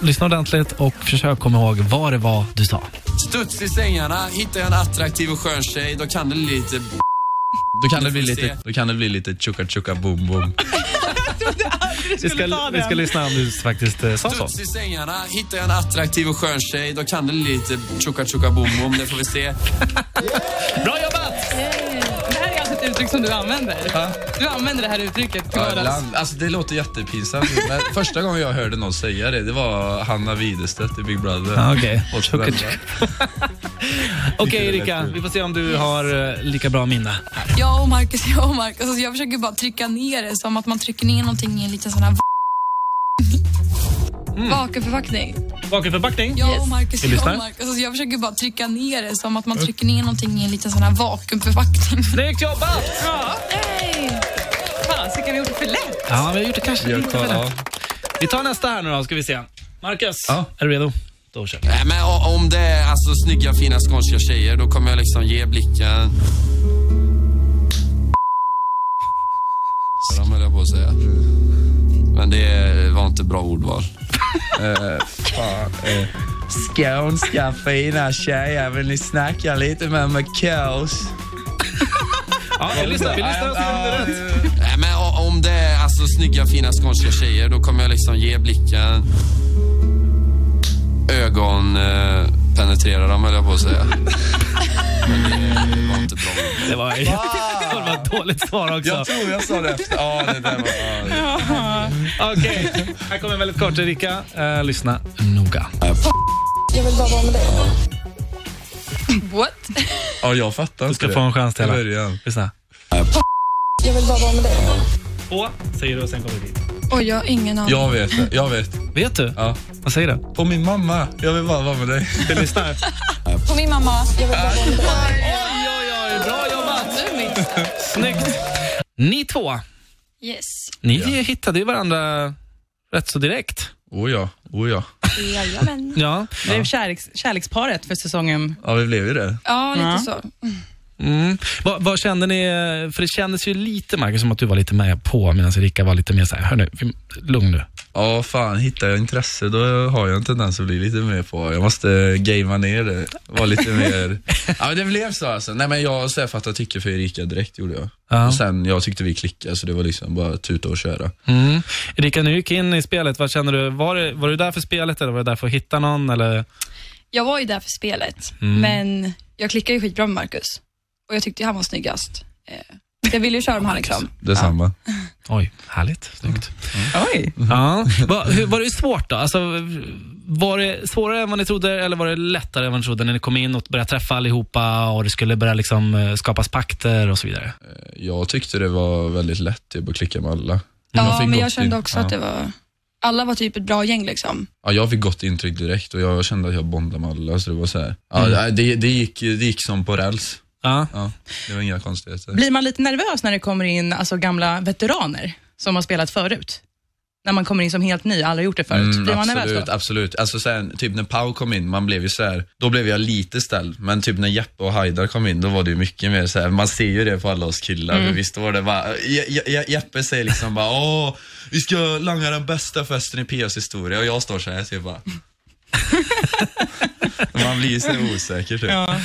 lyssna ordentligt och försök komma ihåg vad det var du sa. Studs i sängarna, hittar jag en attraktiv och skön tjej, då kan det lite... Då kan det bli lite, då kan det bli lite tjuka tjuka boom boom. Vi ska, vi ska lyssna om du faktiskt eh, sa så. Studs i sängarna, hittar jag en attraktiv och skön tjej, då kan det lite tjuka tjuka boom boom, det får vi se. Bra jobbat! Det här är alltså ett uttryck som du använder. Ja. Du använder det här uttrycket Ja, till vardags. ibland. Alltså det låter jättepinsamt. Men första gången jag hörde någon säga det, det var Hanna Widerstedt i Big Brother. Ja, okej. Och så den där. Okej Erika, vi får se om du har eh, lika bra minne. Jag och Marcus, jag och Marcus. Alltså, jag försöker bara trycka ner det som att man trycker ner någonting i en liten sån här Mm. Vakuumförpackning. Vakuumförpackning? Jag och Marcus, Vi jag lyssnar. och Marcus. Alltså, jag försöker bara trycka ner det som att man trycker ner någonting i en liten sån här vakuumförpackning. Snyggt jobbat! Ja. Hey. Fasiken, vi gjort det för lätt. Ja, vi har gjort det kanske Jag lite tar- för ja. lätt. Vi tar nästa här nu då, ska vi se. Marcus, Ja. är du redo? Då kör vi. Nej, men o- om det är alltså snygga, fina skånska tjejer, då kommer jag liksom ge blicken... De höll jag på att säga. Men det var inte bra ordval. Skånska fina tjejer, vill ni snacka lite med mig kaos? Ja, vi lyssnar. Vi lyssnar och ser om det är rätt. Nej, men o- om det är alltså snygga, fina skånska tjejer, då kommer jag liksom ge blicken... Ögon... Eh, penetrera dem, höll jag på att säga. Men det var inte bra ordval. Det var, det var ett dåligt svar också. Jag tror jag sa det efter. Ja, det där var... ja, det- Okej, här kommer en väldigt kort Erika. Eh, lyssna noga. What? Ja, jag fattar Du ska få en chans till. I Ella. början. Lyssna. Jag vill bara vara med dig. På, säger du och sen kommer vi dit. Oj, jag har ingen aning. Jag vet det. Jag vet. Vet du? Ja. Vad säger du? På min mamma. Jag vill bara vara med dig. Du lyssnar. På min mamma. Jag vill bara vara med dig. Oj, oj, oj, bra jobbat! Snyggt! Ni två, Yes. ni hittade ju varandra rätt så direkt. Oh ja, oh ja. Jajamän. Ja. Det är kärleks, kärleksparet för säsongen. Ja, vi blev ju det. Ja, lite Ja. så. Mm. Vad, vad kände ni? eh, För det kändes ju lite, Marcus, som att du var lite med på medan Erika var lite mer så här, hör nu, vi- lugn nu. Ja, fan. Hittar jag intresse då har jag en tendens att bli lite mer på. Jag måste gamea ner det. Vara lite mer... Ja, men det blev så alltså. Nej, men jag sa för att jag tycker för Erika direkt, gjorde jag. Ja. Och sen, jag tyckte vi klickade, så det var liksom bara tuta och köra. Mm. Erika, när du gick in i spelet, vad kände du? Var, det, var du där för spelet eller var du där för att hitta någon? Eller? Jag var ju där för spelet, men jag klickade ju skitbra med Marcus. Och jag tyckte ju han var snyggast. Eh, Jag ville ju köra med han liksom. Detsamma. Oj, härligt. Snyggt. Oj. Ja. Va, hur, var det svårt då? Alltså, var det svårare än vad ni trodde eller var det lättare än vad ni trodde när ni kom in och började träffa allihopa och det skulle börja liksom, eh, skapas pakter och så vidare? Jag tyckte det var väldigt lätt typ, att klicka med alla. Ja, fick men gott jag kände in- också ja. att det var... Alla var typ ett bra gäng liksom. Ja, jag fick gott intryck direkt och jag kände att jag bondade med alla, så det var så här. Ja, Mm. det, det, gick, det gick som på räls. Ja. Ja, det var inga konstigheter. Blir man lite nervös när det kommer in alltså, gamla veteraner som har spelat förut? När man kommer in som helt ny, alla har gjort det förut. Blir man Mm, absolut, nervös då? absolut. Alltså sen, typ när Pau kom in, man blev ju så här, då blev jag lite ställd. Men typ när Jeppe och Haidar kom in, då var det ju mycket mer så här, man ser ju det på alla oss killar. hur Vi står där bara, Je, Je, Je, Jeppe säger liksom bara, åh, vi ska langa den bästa festen i POs historia. Och jag står så här, typ bara. man blir ju så osäker typ.